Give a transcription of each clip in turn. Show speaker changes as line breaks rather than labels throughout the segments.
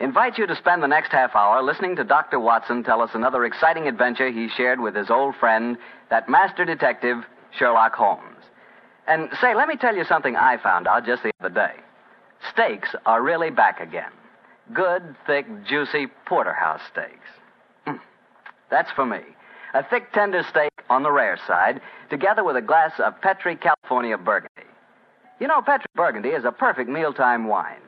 invite you to spend the next half hour listening to Dr. Watson tell us another exciting adventure he shared with his old friend, that master detective, Sherlock Holmes. And say, let me tell you something I found out just the other day. Steaks are really back again. Good, thick, juicy porterhouse steaks. Mm, That's for me. A thick, tender steak on the rare side, together with a glass of Petri California Burgundy. You know, Petri Burgundy is a perfect mealtime wine.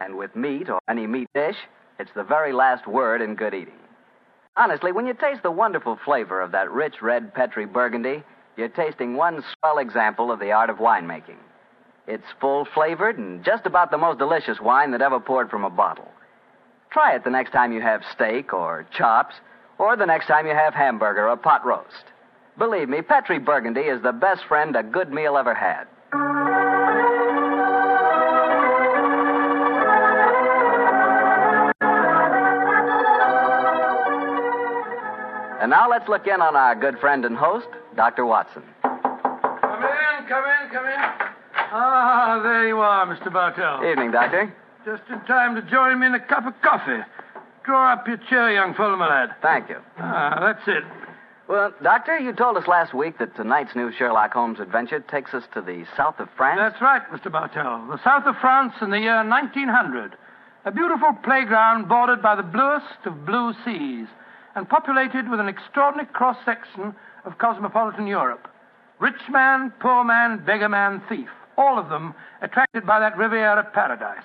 And with meat or any meat dish, it's the very last word in good eating. Honestly, when you taste the wonderful flavor of that rich red Petri Burgundy, you're tasting one swell example of the art of winemaking. It's full flavored and just about the most delicious wine that ever poured from a bottle. Try it the next time you have steak or chops, or the next time you have hamburger or pot roast. Believe me, Petri Burgundy is the best friend a good meal ever had. And now let's look in on our good friend and host, Dr. Watson.
Come in, come in, come in. Ah, there you are, Mr. Bartell.
Evening, Doctor.
Just in time to join me in a cup of coffee. Draw up your chair, young fellow, my lad.
Thank you.
Ah, that's it.
Well, Doctor, you told us last week that tonight's new Sherlock Holmes adventure takes us to the south of France.
That's right, Mr. Bartell. The south of France in the year 1900. A beautiful playground bordered by the bluest of blue seas and populated with an extraordinary cross section of cosmopolitan Europe. Rich man, poor man, beggar man, thief. All of them attracted by that Riviera paradise.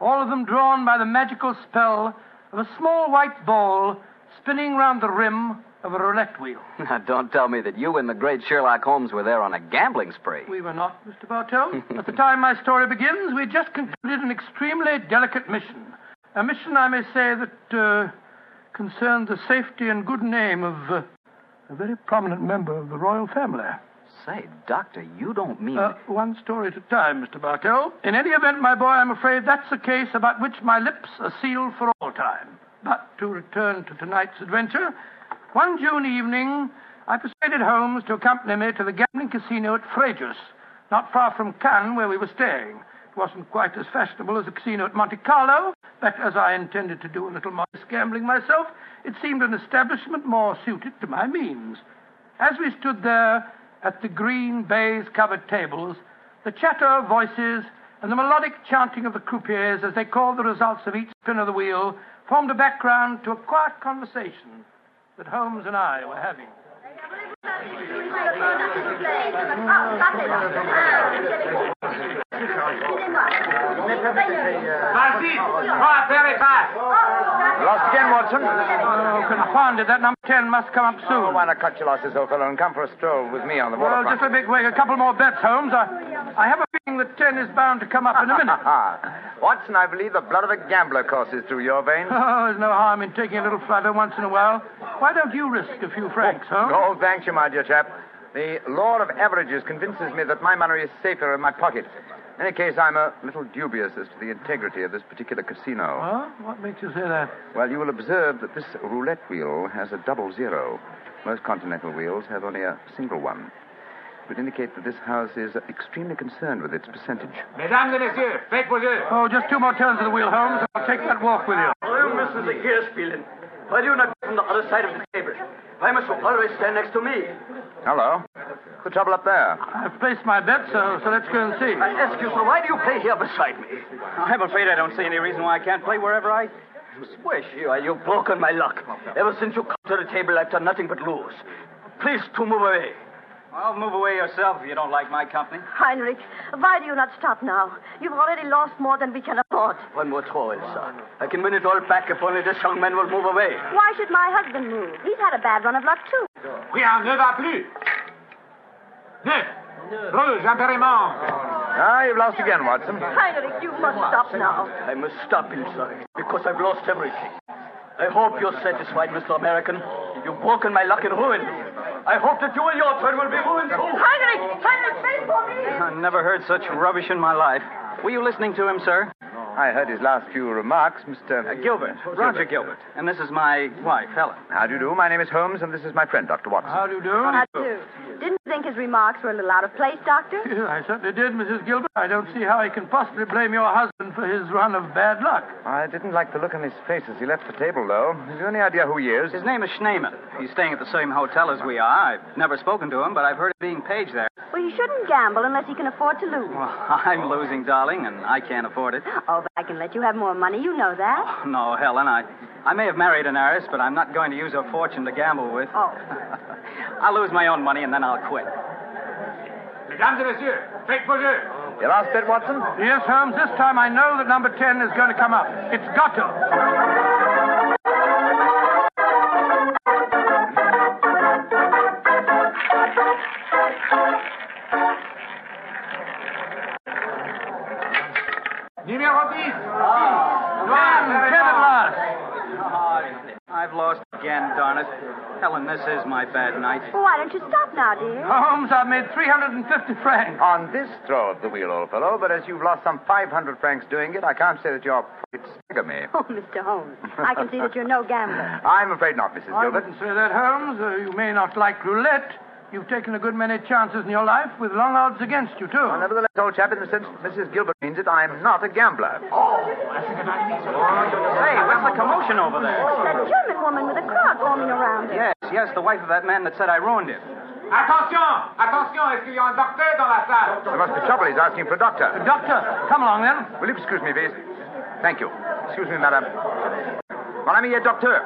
All of them drawn by the magical spell of a small white ball spinning round the rim of a roulette wheel.
Now, don't tell me that you and the great Sherlock Holmes were there on a gambling spree.
We were not, Mr. Bartell. At the time my story begins, we had just concluded an extremely delicate mission. A mission, I may say, that uh, concerned the safety and good name of uh, a very prominent member of the royal family.
Say, Doctor, you don't mean.
Uh, one story at a time, Mr. Bartell. In any event, my boy, I'm afraid that's a case about which my lips are sealed for all time. But to return to tonight's adventure, one June evening, I persuaded Holmes to accompany me to the gambling casino at Frejus, not far from Cannes, where we were staying. It wasn't quite as fashionable as the casino at Monte Carlo, but as I intended to do a little modest gambling myself, it seemed an establishment more suited to my means. As we stood there at the green baize covered tables, the chatter of voices and the melodic chanting of the croupiers as they called the results of each spin of the wheel formed a background to a quiet conversation that Holmes and I were having.
Lost again, Watson.
Oh, confounded, that number 10 must come up soon.
Why not cut your losses, old fellow, and come for a stroll with me on the
Well,
waterfront?
just let me make a couple more bets, Holmes. I, I have a feeling that 10 is bound to come up in a minute.
Ah, Watson, I believe the blood of a gambler courses through your veins.
Oh, there's no harm in taking a little flutter once in a while. Why don't you risk a few francs, Holmes?
Oh, thank you, my dear chap. The law of averages convinces me that my money is safer in my pocket. In any case, I'm a little dubious as to the integrity of this particular casino.
Huh? What makes you say that?
Well, you will observe that this roulette wheel has a double zero. Most continental wheels have only a single one. It would indicate that this house is extremely concerned with its percentage.
Mesdames et messieurs, faites vos yeux.
Oh, just two more turns of the wheel, Holmes, and I'll take that walk with you.
Oh, Mrs. Gearspielen, why do you not go from the other side of the table? Why must you always stand next to me?
Hello? What's the trouble up there?
I've placed my bet, so, so let's go and see.
I ask you, sir, why do you play here beside me?
I'm afraid I don't see any reason why I can't play wherever I.
Swish, you are you've broken my luck. Ever since you come to the table, I've done nothing but lose. Please to move away.
Well, move away yourself if you don't like my company.
Heinrich, why do you not stop now? You've already lost more than we can afford.
One more throw, Elsa. I can win it all back if only this young man will move away.
Why should my husband move? He's had a bad run of luck, too.
Oui, un ne va plus. Neuf. Rouge, impériment.
Ah, you've lost again, Watson.
Heinrich, you must stop now.
I must stop, Elsa, because I've lost everything.
I hope you're satisfied, Mr. American. You've broken my luck and ruined me. I hope that you in your turn will be ruined too.
Heinrich! Heinrich, send for me!
I never heard such rubbish in my life. Were you listening to him, sir?
I heard his last few remarks, Mr.
Uh, Gilbert. Roger Gilbert. And this is my wife, Helen.
How do you do? My name is Holmes, and this is my friend, Dr. Watson.
How do you do?
How do you do? Didn't you think his remarks were a little out of place, Doctor?
Yeah, I certainly did, Mrs. Gilbert. I don't see how I can possibly blame your husband for his run of bad luck.
I didn't like the look on his face as he left the table, though. Have you any idea who he is?
His name is Schneeman. He's staying at the same hotel as we are. I've never spoken to him, but I've heard of being paged there.
Well, he shouldn't gamble unless he can afford to lose.
Well, I'm losing, darling, and I can't afford it. Oh,
Oh, but I can let you have more money. You know that.
No, Helen, I, I may have married an heiress, but I'm not going to use her fortune to gamble with.
Oh.
I'll lose my own money and then I'll quit.
Mesdames et messieurs, faites vos jeux.
Your last bet, Watson?
Yes, Holmes, this time I know that number 10 is going to come up. It's got to.
Numéro 10.
Ah. Ten, ten at last.
I've lost again, darn it. Helen, this is my bad night.
Well, why don't you stop now, dear?
Holmes, I've made 350 francs.
On this throw of the wheel, old fellow, but as you've lost some 500 francs doing it, I can't say that your profits stagger me.
Oh, Mr. Holmes, I can see that you're no gambler.
I'm afraid not, Mrs.
I
Gilbert.
wouldn't say that, Holmes. Uh, you may not like roulette. You've taken a good many chances in your life with long odds against you, too.
Well, nevertheless, old chap, in the sense that Mrs. Gilbert means it, I'm not a
Hey,
gambler.
what's the commotion over there?
It's that German woman with a crowd forming around her.
Yes, yes, the wife of that man that said I ruined him.
Attention, attention, est-ce qu'il y a un docteur dans la salle?
There must be trouble. He's asking for a doctor.
Doctor, come along then.
Will you excuse me, please? Thank you. Excuse me, madam. Mon ami est docteur.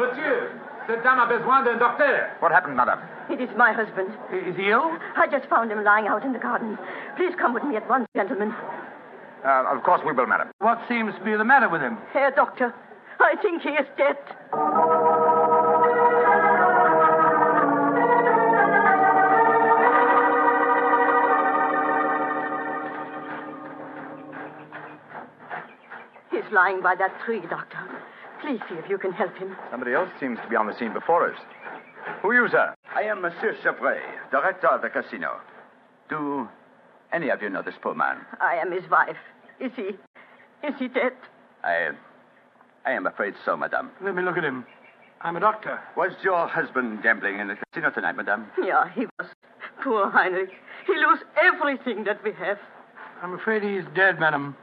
Monsieur, cette dame a besoin d'un docteur.
What happened, madam?
It is my husband.
Is he ill?
I just found him lying out in the garden. Please come with me at once, gentlemen.
Uh, of course we will, madam.
What seems to be the matter with him?
Herr Doctor, I think he is dead. He's lying by that tree, Doctor. Please see if you can help him.
Somebody else seems to be on the scene before us. Who are you, sir?
I am Monsieur Chevray, director of the casino. Do any of you know this poor man?
I am his wife. Is he? Is he dead?
I. I am afraid so, madame.
Let me look at him. I'm a doctor.
Was your husband gambling in the casino tonight, madame?
Yeah, he was. Poor Heinrich. He lost everything that we have.
I'm afraid he's dead, madam.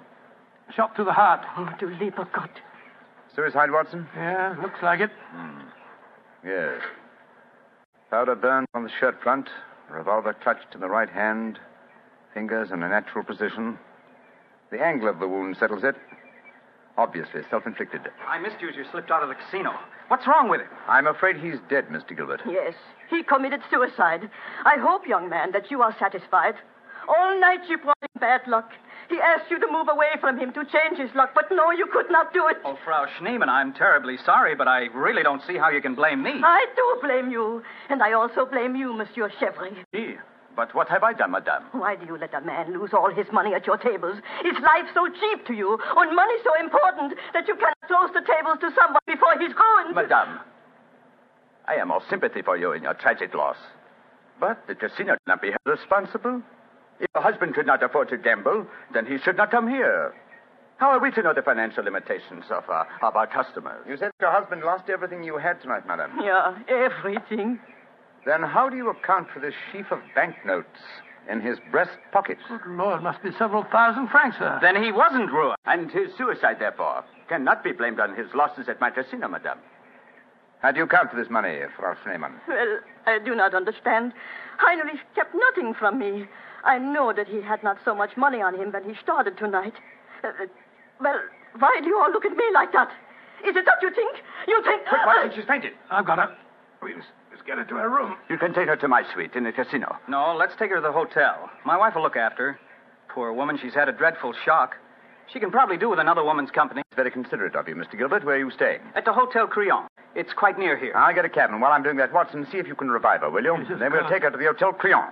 Shot through the heart.
Oh, du lieber Gott.
Suicide, Watson?
Yeah, looks like it.
Yes. Powder burned on the shirt front, revolver clutched in the right hand, fingers in a natural position. The angle of the wound settles it. Obviously self inflicted.
I missed you as you slipped out of the casino. What's wrong with him?
I'm afraid he's dead, Mr. Gilbert.
Yes, he committed suicide. I hope, young man, that you are satisfied. All night you brought him bad luck. He asked you to move away from him to change his luck, but no, you could not do it.
Oh, Frau Schneeman, I'm terribly sorry, but I really don't see how you can blame me.
I do blame you, and I also blame you, Monsieur Chevry.
He. But what have I done, madame?
Why do you let a man lose all his money at your tables? Is life so cheap to you, and money so important that you cannot close the tables to someone before he's ruined?
Madame, I am all sympathy for you in your tragic loss. But the casino cannot be held responsible. If your husband could not afford to gamble, then he should not come here. How are we to know the financial limitations of our, of our customers?
You said your husband lost everything you had tonight, madam.
Yeah, everything.
Then how do you account for this sheaf of banknotes in his breast pocket?
Good Lord, must be several thousand francs, sir.
Then he wasn't ruined.
And his suicide, therefore, cannot be blamed on his losses at my casino, madame.
How do you account for this money, Frau Schneemann?
Well, I do not understand. Heinrich kept nothing from me. I know that he had not so much money on him when he started tonight. Uh, uh, well, why do you all look at me like that? Is it that you think? You think.
she's fainted.
I've got her.
You can take her to my suite in the casino.
No, let's take her to the hotel. My wife will look after her. Poor woman, she's had a dreadful shock. She can probably do with another woman's company
It's very considerate of you, Mr. Gilbert. Where are you staying?
at the Hotel Creon. It's quite near here.
I'll get a cab, and while I'm doing that, Watson, see if you can revive her, will you? Then we'll take her to the Hotel Creon.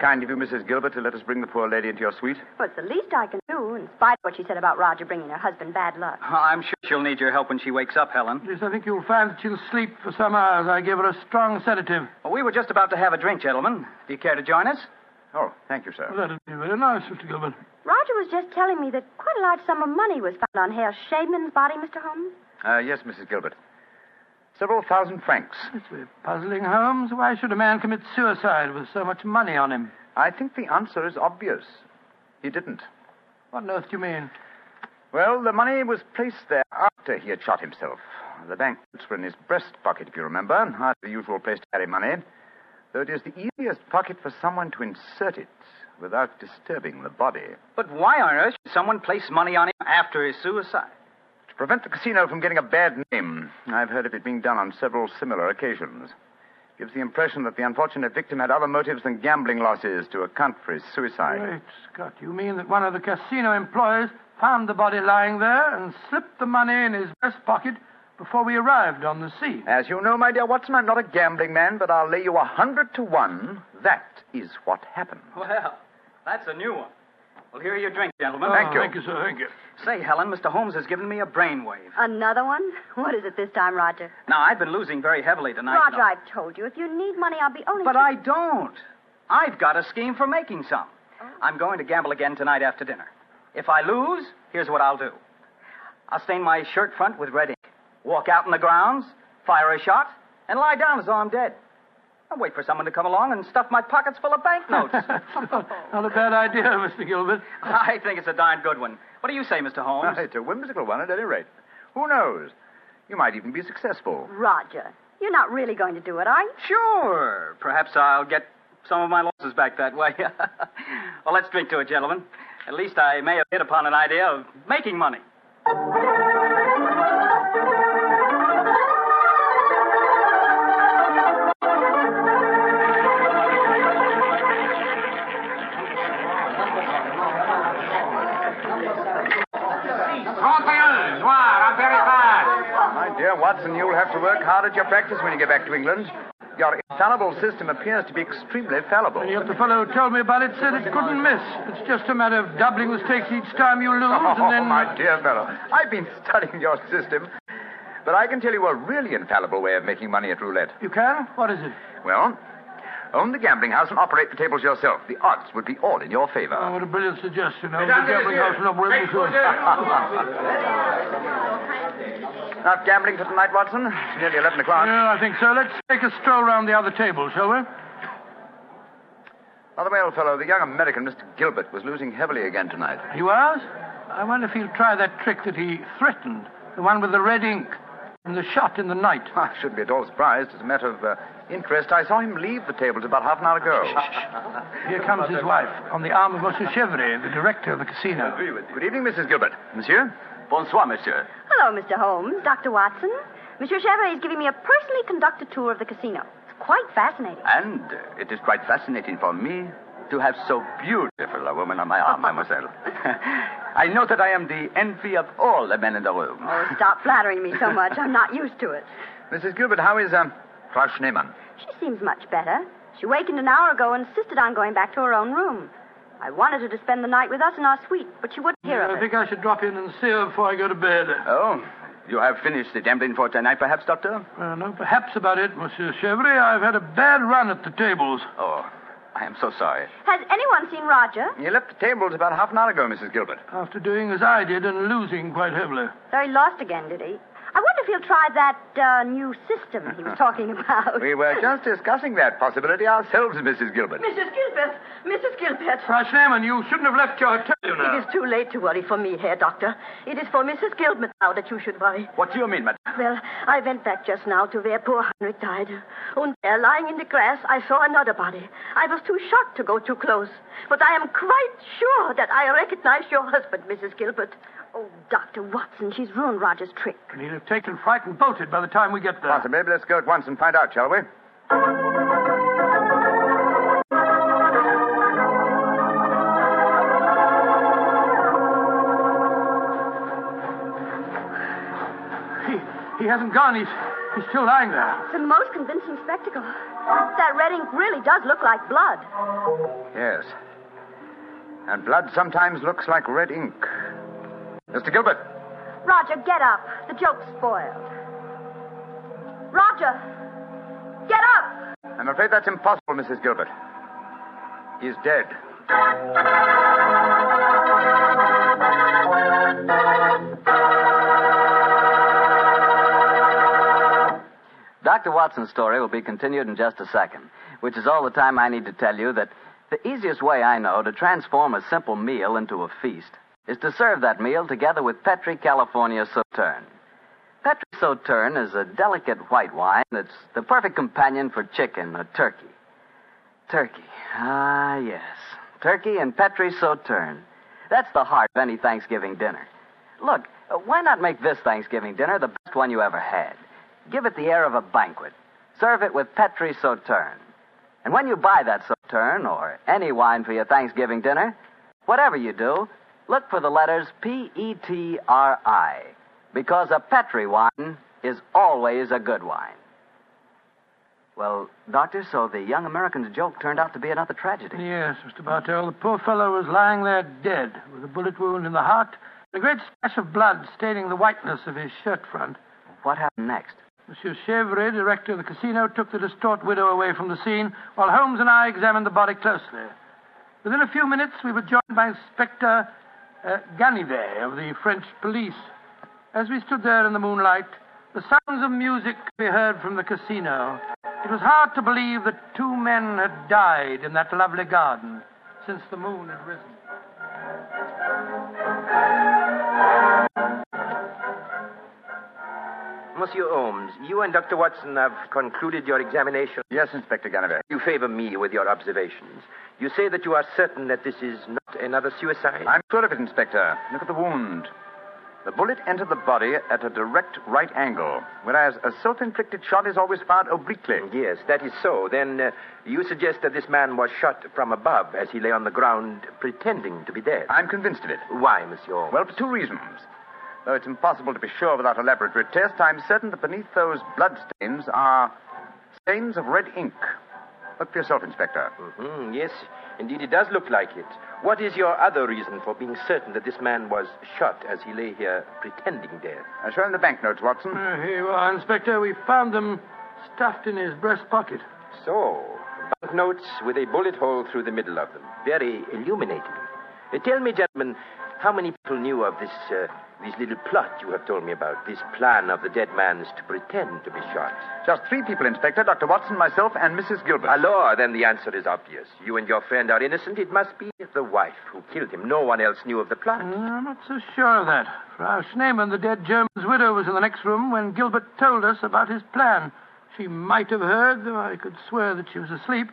kind of you, Mrs. Gilbert, to let us bring the poor lady into your suite.
Well, it's the least I can do, in spite of what she said about Roger bringing her husband bad luck.
I'm sure she'll need your help when she wakes up, Helen.
Yes, I think you'll find that she'll sleep for some hours. I gave her a strong sedative.
Well, we were just about to have a drink, gentlemen. Do you care to join us?
Oh, thank you, sir.
That'd be very nice, Mr. Gilbert.
Roger was just telling me that quite a large sum of money was found on Herr Shademan's body, Mr. Holmes.
Uh, yes, Mrs. Gilbert. Several thousand francs.
It's very puzzling, Holmes. Why should a man commit suicide with so much money on him?
I think the answer is obvious. He didn't.
What on earth do you mean?
Well, the money was placed there after he had shot himself. The banknotes were in his breast pocket, if you remember, and hardly the usual place to carry money. Though it is the easiest pocket for someone to insert it without disturbing the body.
But why on earth should someone place money on him after his suicide?
To prevent the casino from getting a bad name, I've heard of it being done on several similar occasions. Gives the impression that the unfortunate victim had other motives than gambling losses to account for his suicide.
Great Scott, you mean that one of the casino employees found the body lying there and slipped the money in his breast pocket before we arrived on the scene?
As you know, my dear Watson, I'm not a gambling man, but I'll lay you a hundred to one. That is what happened.
Well, that's a new one. Well, here are your drink, gentlemen.
Thank you.
Oh, Thank you, sir. Thank you.
Say, Helen, Mr. Holmes has given me a brainwave.
Another one? What is it this time, Roger?
Now, I've been losing very heavily tonight. you
Roger,
know.
I've told you. If you need money, I'll be only.
But I don't. I've got a scheme for making some. I'm going to gamble again tonight after dinner. If I lose, here's what I'll do I'll stain my shirt front with red ink, walk out in the grounds, fire a shot, and lie down as though I'm dead. I'll wait for someone to come along and stuff my pockets full of banknotes.
Not a bad idea, Mr. Gilbert.
I think it's a darn good one. What do you say, Mr. Holmes?
It's a whimsical one, at any rate. Who knows? You might even be successful.
Roger, you're not really going to do it, are you?
Sure. Perhaps I'll get some of my losses back that way. well, let's drink to it, gentlemen. At least I may have hit upon an idea of making money.
noir, impérial.
My dear Watson, you'll have to work hard at your practice when you get back to England. Your infallible system appears to be extremely fallible.
And yet the fellow who told me about it said it couldn't miss. It's just a matter of doubling the stakes each time you lose,
Oh,
and then.
my dear fellow, I've been studying your system, but I can tell you a really infallible way of making money at roulette.
You can? What is it?
Well, own the gambling house and operate the tables yourself. The odds would be all in your favor.
Oh, what a brilliant suggestion. I was
Mesdames et
a gambling house and a
messieurs,
women
excusez.
Not gambling for tonight, Watson. It's nearly 11 o'clock.
Yeah, I think so. Let's take a stroll round the other table, shall we?
By the way, old fellow, the young American, Mr. Gilbert, was losing heavily again tonight.
He was? I wonder if he'll try that trick that he threatened the one with the red ink and the shot in the night.
I shouldn't be at all surprised. As a matter of uh, interest, I saw him leave the tables about half an hour ago.
Here comes his wife on the arm of Monsieur Chevry, the director of the casino.
Good evening, Mrs. Gilbert. Monsieur?
Bonsoir, monsieur.
Hello, Mr. Holmes, Dr. Watson. Monsieur Chevrolet is giving me a personally conducted tour of the casino. It's quite fascinating.
And uh, it is quite fascinating for me to have so beautiful a woman on my arm, mademoiselle. I know that I am the envy of all the men in the room.
Oh, stop flattering me so much. I'm not used to it.
Mrs. Gilbert, how is um, Frau Schneemann?
She seems much better. She wakened an hour ago and insisted on going back to her own room. I wanted her to spend the night with us in our suite, but she wouldn't hear
I
of it.
think I should drop in and see her before I go to bed.
Oh, you have finished the gambling for tonight, perhaps, Doctor?
Well, no, perhaps about it, Monsieur Chevry. I've had a bad run at the tables.
Oh, I am so sorry.
Has anyone seen Roger?
You left the tables about half an hour ago, Mrs. Gilbert.
After doing as I did and losing quite heavily.
So he lost again, did he? I wonder if he'll try that uh, new system he was talking about.
We were just discussing that possibility ourselves, Mrs. Gilbert.
Mrs. Gilbert, Mrs. Gilbert.
Frau Schneemann, you shouldn't have left your hotel, you
It
know.
is too late to worry for me, Herr Doctor. It is for Mrs. Gilbert now that you should worry.
What do you mean, madam?
Well, I went back just now to where poor Henrik died. And there, lying in the grass, I saw another body. I was too shocked to go too close. But I am quite sure that I recognize your husband, Mrs. Gilbert. Oh, Dr. Watson, she's ruined Roger's trick.
And he'll have taken fright and bolted by the time we get there.
Watson, maybe let's go at once and find out, shall we?
He, he hasn't gone. He's, He's still lying there.
It's a most convincing spectacle. That red ink really does look like blood.
Yes. And blood sometimes looks like red ink. Mr. Gilbert,
Roger, get up. The joke's spoiled. Roger, get up.
I'm afraid that's impossible, Mrs. Gilbert. He's dead.
Dr. Watson's story will be continued in just a second, which is all the time I need to tell you that the easiest way I know to transform a simple meal into a feast is to serve that meal together with Petri California Sauterne. Petri Sauterne is a delicate white wine that's the perfect companion for chicken or turkey. Turkey. Ah, yes. Turkey and Petri Sauterne. That's the heart of any Thanksgiving dinner. Look, uh, why not make this Thanksgiving dinner the best one you ever had? Give it the air of a banquet. Serve it with Petri Sauterne. And when you buy that Sauterne or any wine for your Thanksgiving dinner, whatever you do, look for the letters P E T R I, because a Petri wine is always a good wine. Well, Doctor, so the young American's joke turned out to be another tragedy.
Yes, Mr. Bartell. The poor fellow was lying there dead with a bullet wound in the heart and a great splash of blood staining the whiteness of his shirt front.
What happened next?
Monsieur Chevre, director of the casino, took the distraught widow away from the scene while Holmes and I examined the body closely. Within a few minutes, we were joined by Inspector uh, Ganivet of the French police. As we stood there in the moonlight, the sounds of music could be heard from the casino. It was hard to believe that two men had died in that lovely garden since the moon had risen.
Monsieur Holmes, you and Dr. Watson have concluded your examination.
Yes, Inspector Ganivet.
You favor me with your observations. You say that you are certain that this is not another suicide.
I'm sure of it, Inspector. Look at the wound. The bullet entered the body at a direct right angle, whereas a self inflicted shot is always fired obliquely.
Yes, that is so. Then uh, you suggest that this man was shot from above as he lay on the ground pretending to be dead.
I'm convinced of it.
Why, Monsieur Holmes?
Well, for two reasons. Though it's impossible to be sure without a laboratory test, I'm certain that beneath those blood stains are stains of red ink. Look for yourself, Inspector.
Mhm, yes, indeed, it does look like it. What is your other reason for being certain that this man was shot as he lay here pretending dead?
I Uh, show him the banknotes, Watson.
Uh, here you are, Inspector. We found them stuffed in his breast pocket.
So, banknotes with a bullet hole through the middle of them. Very illuminating. Uh, tell me, gentlemen, how many people knew of this, uh, this little plot you have told me about? This plan of the dead man's to pretend to be shot?
Just three people, Inspector Dr. Watson, myself, and Mrs. Gilbert.
Alors, then the answer is obvious. You and your friend are innocent. It must be the wife who killed him. No one else knew of the plot.
Mm, I'm not so sure of that. Frau Schneemann, the dead German's widow, was in the next room when Gilbert told us about his plan. She might have heard, though I could swear that she was asleep.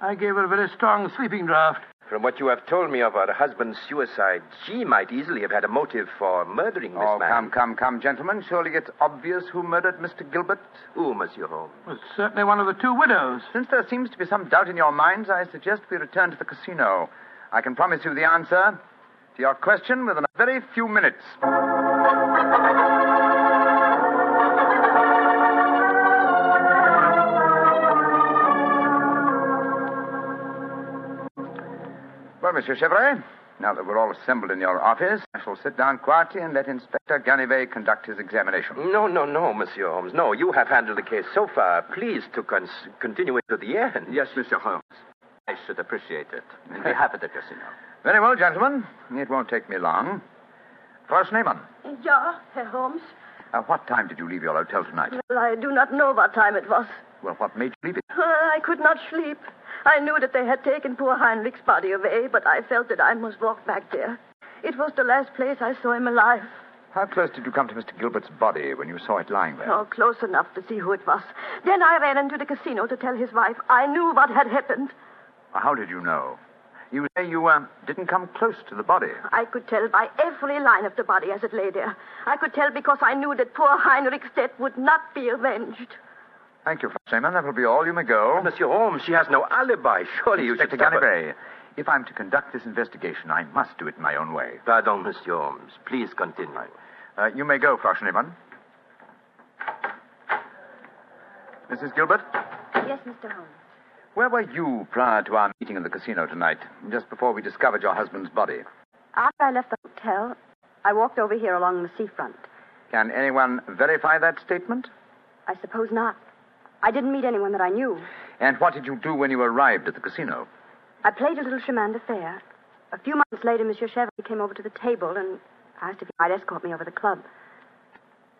I gave her a very strong sleeping draught.
From what you have told me of her husband's suicide, she might easily have had a motive for murdering this
Oh,
man.
come, come, come, gentlemen. Surely it's obvious who murdered Mr. Gilbert.
Who, Monsieur Holmes?
It was certainly one of the two widows.
Since there seems to be some doubt in your minds, I suggest we return to the casino. I can promise you the answer to your question within a very few minutes. Well, Monsieur Chevrolet, now that we're all assembled in your office, I shall sit down quietly and let Inspector Ganivet conduct his examination.
No, no, no, Monsieur Holmes. No, you have handled the case so far. Please to cons- continue it to the end.
Yes, Monsieur Holmes. I should appreciate it. And we have it at the casino.
Very well, gentlemen. It won't take me long. Frau Schneemann,
Ja, Herr Holmes.
uh, what time did you leave your hotel tonight?
Well, I do not know what time it was.
Well, what made you leave it?
Well, I could not sleep. I knew that they had taken poor Heinrich's body away, but I felt that I must walk back there. It was the last place I saw him alive.
How close did you come to Mr. Gilbert's body when you saw it lying there?
Oh, close enough to see who it was. Then I ran into the casino to tell his wife I knew what had happened.
How did you know? You say you uh, didn't come close to the body.
I could tell by every line of the body as it lay there. I could tell because I knew that poor Heinrich's death would not be avenged.
Thank you, Frau Schneemann. That will be all. You may go.
Monsieur Holmes, she has no alibi. Surely you should.
Inspector
stop her.
Ganivet, if I'm to conduct this investigation, I must do it my own way.
Pardon, Monsieur Holmes. Please continue.
Uh, you may go, Frau Schneemann. Mrs. Gilbert,
Yes, Mr. Holmes.
where were you prior to our meeting in the casino tonight, just before we discovered your husband's body?
After I left the hotel, I walked over here along the seafront.
Can anyone verify that statement?
I suppose not. I didn't meet anyone that I knew.
And what did you do when you arrived at the casino?
I played a little chemin de fer. A few months later, Monsieur Chevalier came over to the table and asked if he might escort me over the club.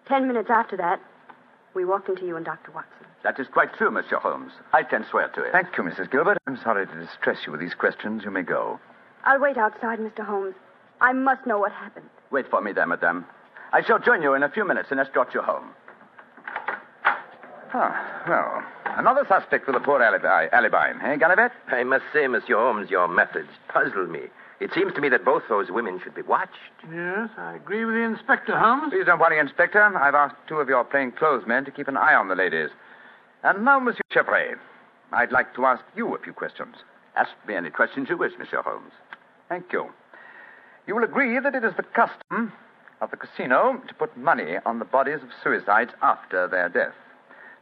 Ten minutes after that, we walked into you and Dr. Watson.
That is quite true, Monsieur Holmes. I can swear to it.
Thank you, Mrs. Gilbert. I'm sorry to distress you with these questions. You may go.
I'll wait outside, Mr. Holmes. I must know what happened.
Wait for me there, madame. I shall join you in a few minutes and escort you home.
Ah, well, another suspect with a poor alibi, alibi eh, Gallivette?
I must say, Monsieur Holmes, your methods puzzle me. It seems to me that both those women should be watched.
Yes, I agree with the Inspector Holmes.
Please don't worry, Inspector. I've asked two of your plainclothes men to keep an eye on the ladies. And now, Monsieur Chevrolet, I'd like to ask you a few questions.
Ask me any questions you wish, Monsieur Holmes.
Thank you. You will agree that it is the custom of the casino to put money on the bodies of suicides after their death,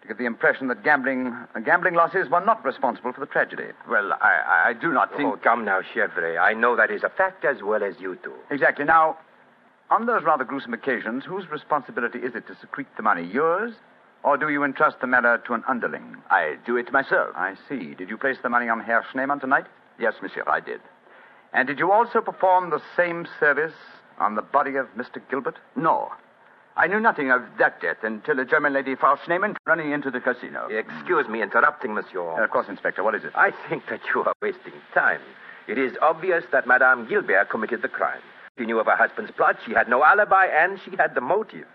to give the impression that gambling, gambling losses were not responsible for the tragedy.
Well, I, I do not think.
Oh, come now, Chevrolet. I know that is a fact as well as you do.
Exactly. Now, on those rather gruesome occasions, whose responsibility is it to secrete the money? Yours? Or do you entrust the matter to an underling?
I do it myself.
I see. Did you place the money on Herr Schneemann tonight?
Yes, Monsieur, I did.
And did you also perform the same service on the body of Mr. Gilbert?
No. I knew nothing of that death until a German lady, Frau Schneemann, running into the casino.
Hmm. Excuse me interrupting, Monsieur Holmes.
of course, Inspector. What is it?
I think that you are wasting time. It is obvious that Madame Gilbert committed the crime. She knew of her husband's plot, she had no alibi, and she had the motive.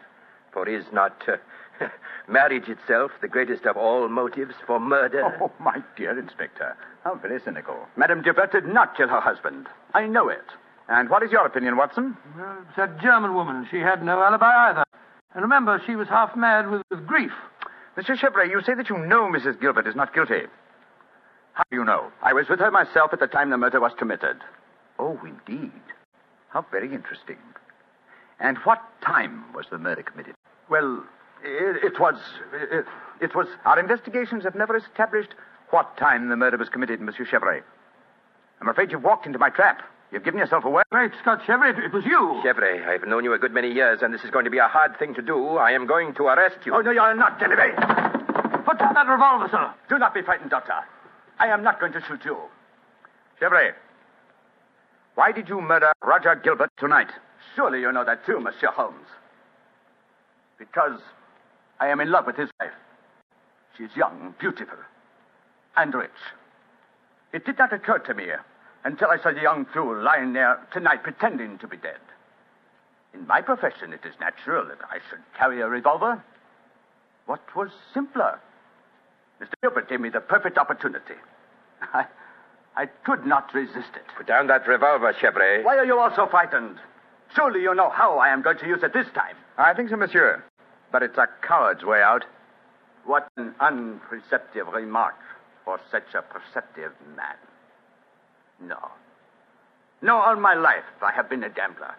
For is not uh, marriage itself the greatest of all motives for murder?
Oh, my dear Inspector. How very cynical.
Madame Gilbert did not kill her husband. I know it.
And what is your opinion, Watson?
Well, it's that German woman. She had no alibi either. And remember, she was half mad with, with grief.
Mr. Chevrolet, you say that you know Mrs. Gilbert is not guilty. How do you know?
I was with her myself at the time the murder was committed.
Oh, indeed. How very interesting. And what time was the murder committed?
Well, it, it was. It, it was.
Our investigations have never established what time the murder was committed, Monsieur Chevrolet. I'm afraid you've walked into my trap. You've given yourself away.
Great Scott, Chevrolet, it was you.
Chevrolet, I've known you a good many years, and this is going to be a hard thing to do. I am going to arrest you.
Oh, no, you are not, Gilbert.
Put down that revolver, sir.
Do not be frightened, Doctor. I am not going to shoot you.
Chevrolet, why did you murder Roger Gilbert tonight?
Surely you know that too, Monsieur Holmes. Because I am in love with his wife. She is young, beautiful, and rich. It did not occur to me until I saw the young fool lying there tonight pretending to be dead. In my profession, it is natural that I should carry a revolver. What was simpler? Mr. Gilbert gave me the perfect opportunity. I, I could not resist it.
Put down that revolver, Chevrolet.
Why are you all so frightened? Surely you know how I am going to use it this time.
I think so, monsieur. But it's a coward's way out.
What an unperceptive remark for such a perceptive man. No. No, all my life I have been a gambler.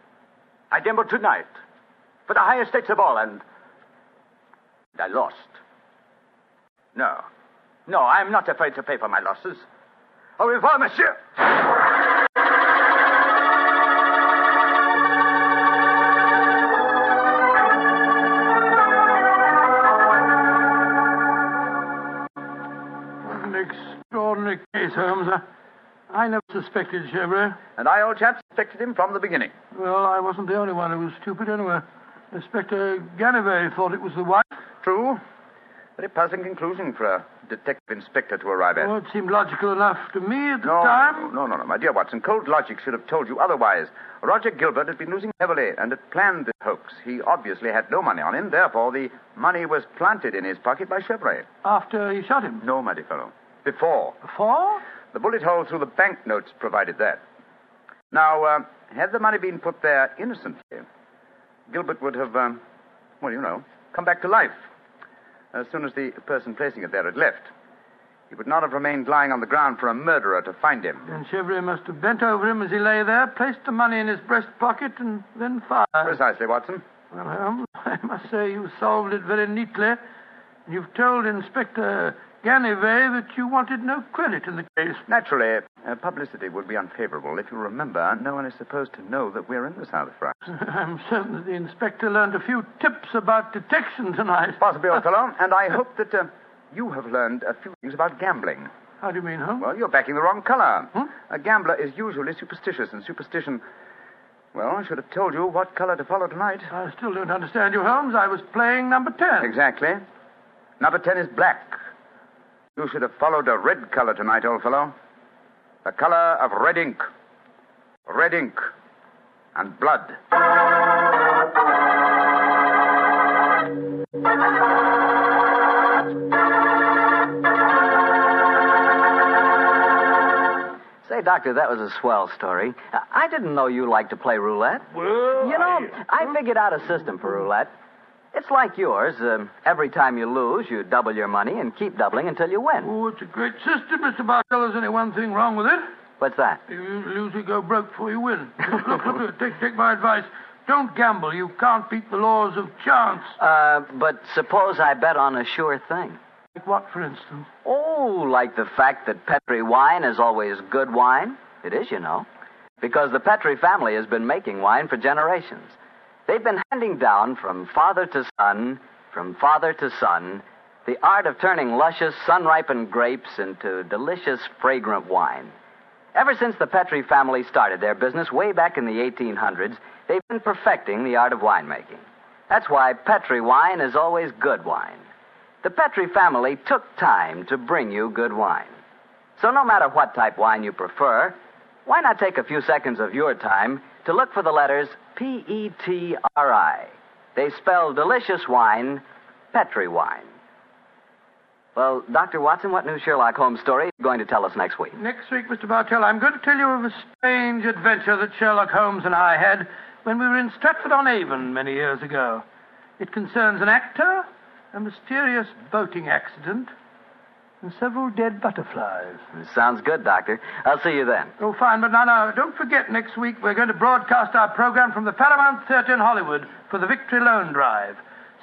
I gambled tonight for the highest stakes of all, and I lost. No. No, I am not afraid to pay for my losses. Au revoir, monsieur.
What an extraordinary case, Holmes. I, I never suspected Chevrolet.
And I, old chap, suspected him from the beginning.
Well, I wasn't the only one who was stupid anyway. Inspector Ganivet thought it was the wife.
True. Very puzzling conclusion for a detective inspector to arrive at.
Well, it seemed logical enough to me at the
no,
time.
no, no, no, my dear Watson. Cold logic should have told you otherwise. Roger Gilbert had been losing heavily and had planned this hoax. He obviously had no money on him, therefore the money was planted in his pocket by Chevrolet.
After he shot him.
No, my dear fellow. Before.
Before?
The bullet hole through the banknotes provided that. Now, uh, had the money been put there innocently, Gilbert would have, um, well, you know, come back to life as soon as the person placing it there had left. He would not have remained lying on the ground for a murderer to find him.
Then Chevrolet must have bent over him as he lay there, placed the money in his breast pocket, and then fired. um,
Precisely, Watson.
Well, Holmes, I must say you solved it very neatly. You've told Inspector Ganivet that you wanted no credit in the case.
Naturally, uh, publicity would be unfavorable. If you remember, no one is supposed to know that we're in the South of France.
I'm certain that the inspector learned a few tips about detection tonight.
Possibly, old fellow, and I hope that uh, you have learned a few things about gambling.
How do you mean, huh?
Well, you're backing the wrong color.
Hmm?
A gambler is usually superstitious, and superstition. Well, I should have told you what color to follow tonight.
I still don't understand you, Holmes. I was playing number 10.
Exactly. Number 10 is black. You should have followed a red color tonight, old fellow. The color of red ink. Red ink. And blood.
Say, Doctor, that was a swell story. Uh, I- I didn't know you liked to play roulette.
Well,
You know, I figured out a system for roulette. It's like yours. Um, every time you lose, you double your money and keep doubling until you win.
Oh, it's a great system, Mr. Bartell. There's only one thing wrong with it.
What's that?
You lose, you go broke before you win. look, look, look, look, Take, take my advice. Don't gamble. You can't beat the laws of chance.
Uh, but suppose I bet on a sure thing.
Like what, for instance?
Oh, like the fact that Petri wine is always good wine? It is, you know. Because the Petri family has been making wine for generations. They've been handing down from father to son, from father to son, the art of turning luscious, sun ripened grapes into delicious, fragrant wine. Ever since the Petri family started their business way back in the 1800s, they've been perfecting the art of winemaking. That's why Petri wine is always good wine. The Petri family took time to bring you good wine. So, no matter what type wine you prefer, why not take a few seconds of your time to look for the letters P E T R I? They spell delicious wine, Petri wine. Well, Dr. Watson, what new Sherlock Holmes story are you going to tell us next week?
Next week, Mr. Bartell, I'm going to tell you of a strange adventure that Sherlock Holmes and I had when we were in Stratford on Avon many years ago. It concerns an actor, a mysterious boating accident, and several dead butterflies.
Sounds good, Doctor. I'll see you then.
Oh, fine, but now, now, don't forget next week we're going to broadcast our program from the Paramount Theater in Hollywood for the Victory Loan Drive.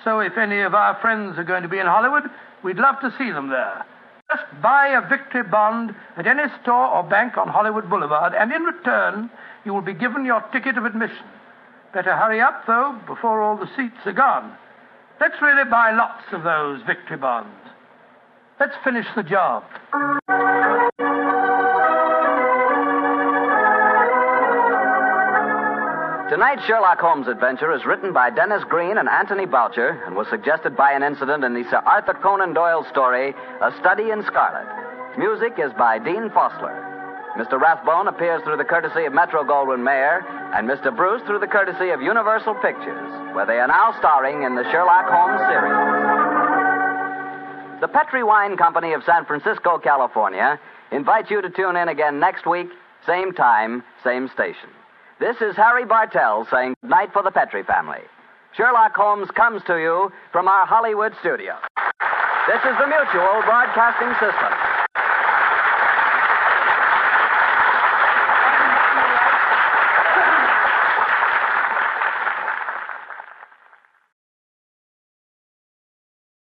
So if any of our friends are going to be in Hollywood, we'd love to see them there. Just buy a Victory Bond at any store or bank on Hollywood Boulevard, and in return, you will be given your ticket of admission. Better hurry up, though, before all the seats are gone. Let's really buy lots of those Victory Bonds. Let's finish the job.
Tonight's Sherlock Holmes adventure is written by Dennis Green and Anthony Boucher and was suggested by an incident in the Sir Arthur Conan Doyle story, A Study in Scarlet. Music is by Dean Fossler. Mr. Rathbone appears through the courtesy of Metro Goldwyn Mayer, and Mr. Bruce through the courtesy of Universal Pictures, where they are now starring in the Sherlock Holmes series. The Petri Wine Company of San Francisco, California, invites you to tune in again next week, same time, same station. This is Harry Bartell saying goodnight for the Petri family. Sherlock Holmes comes to you from our Hollywood studio. This is the Mutual Broadcasting System.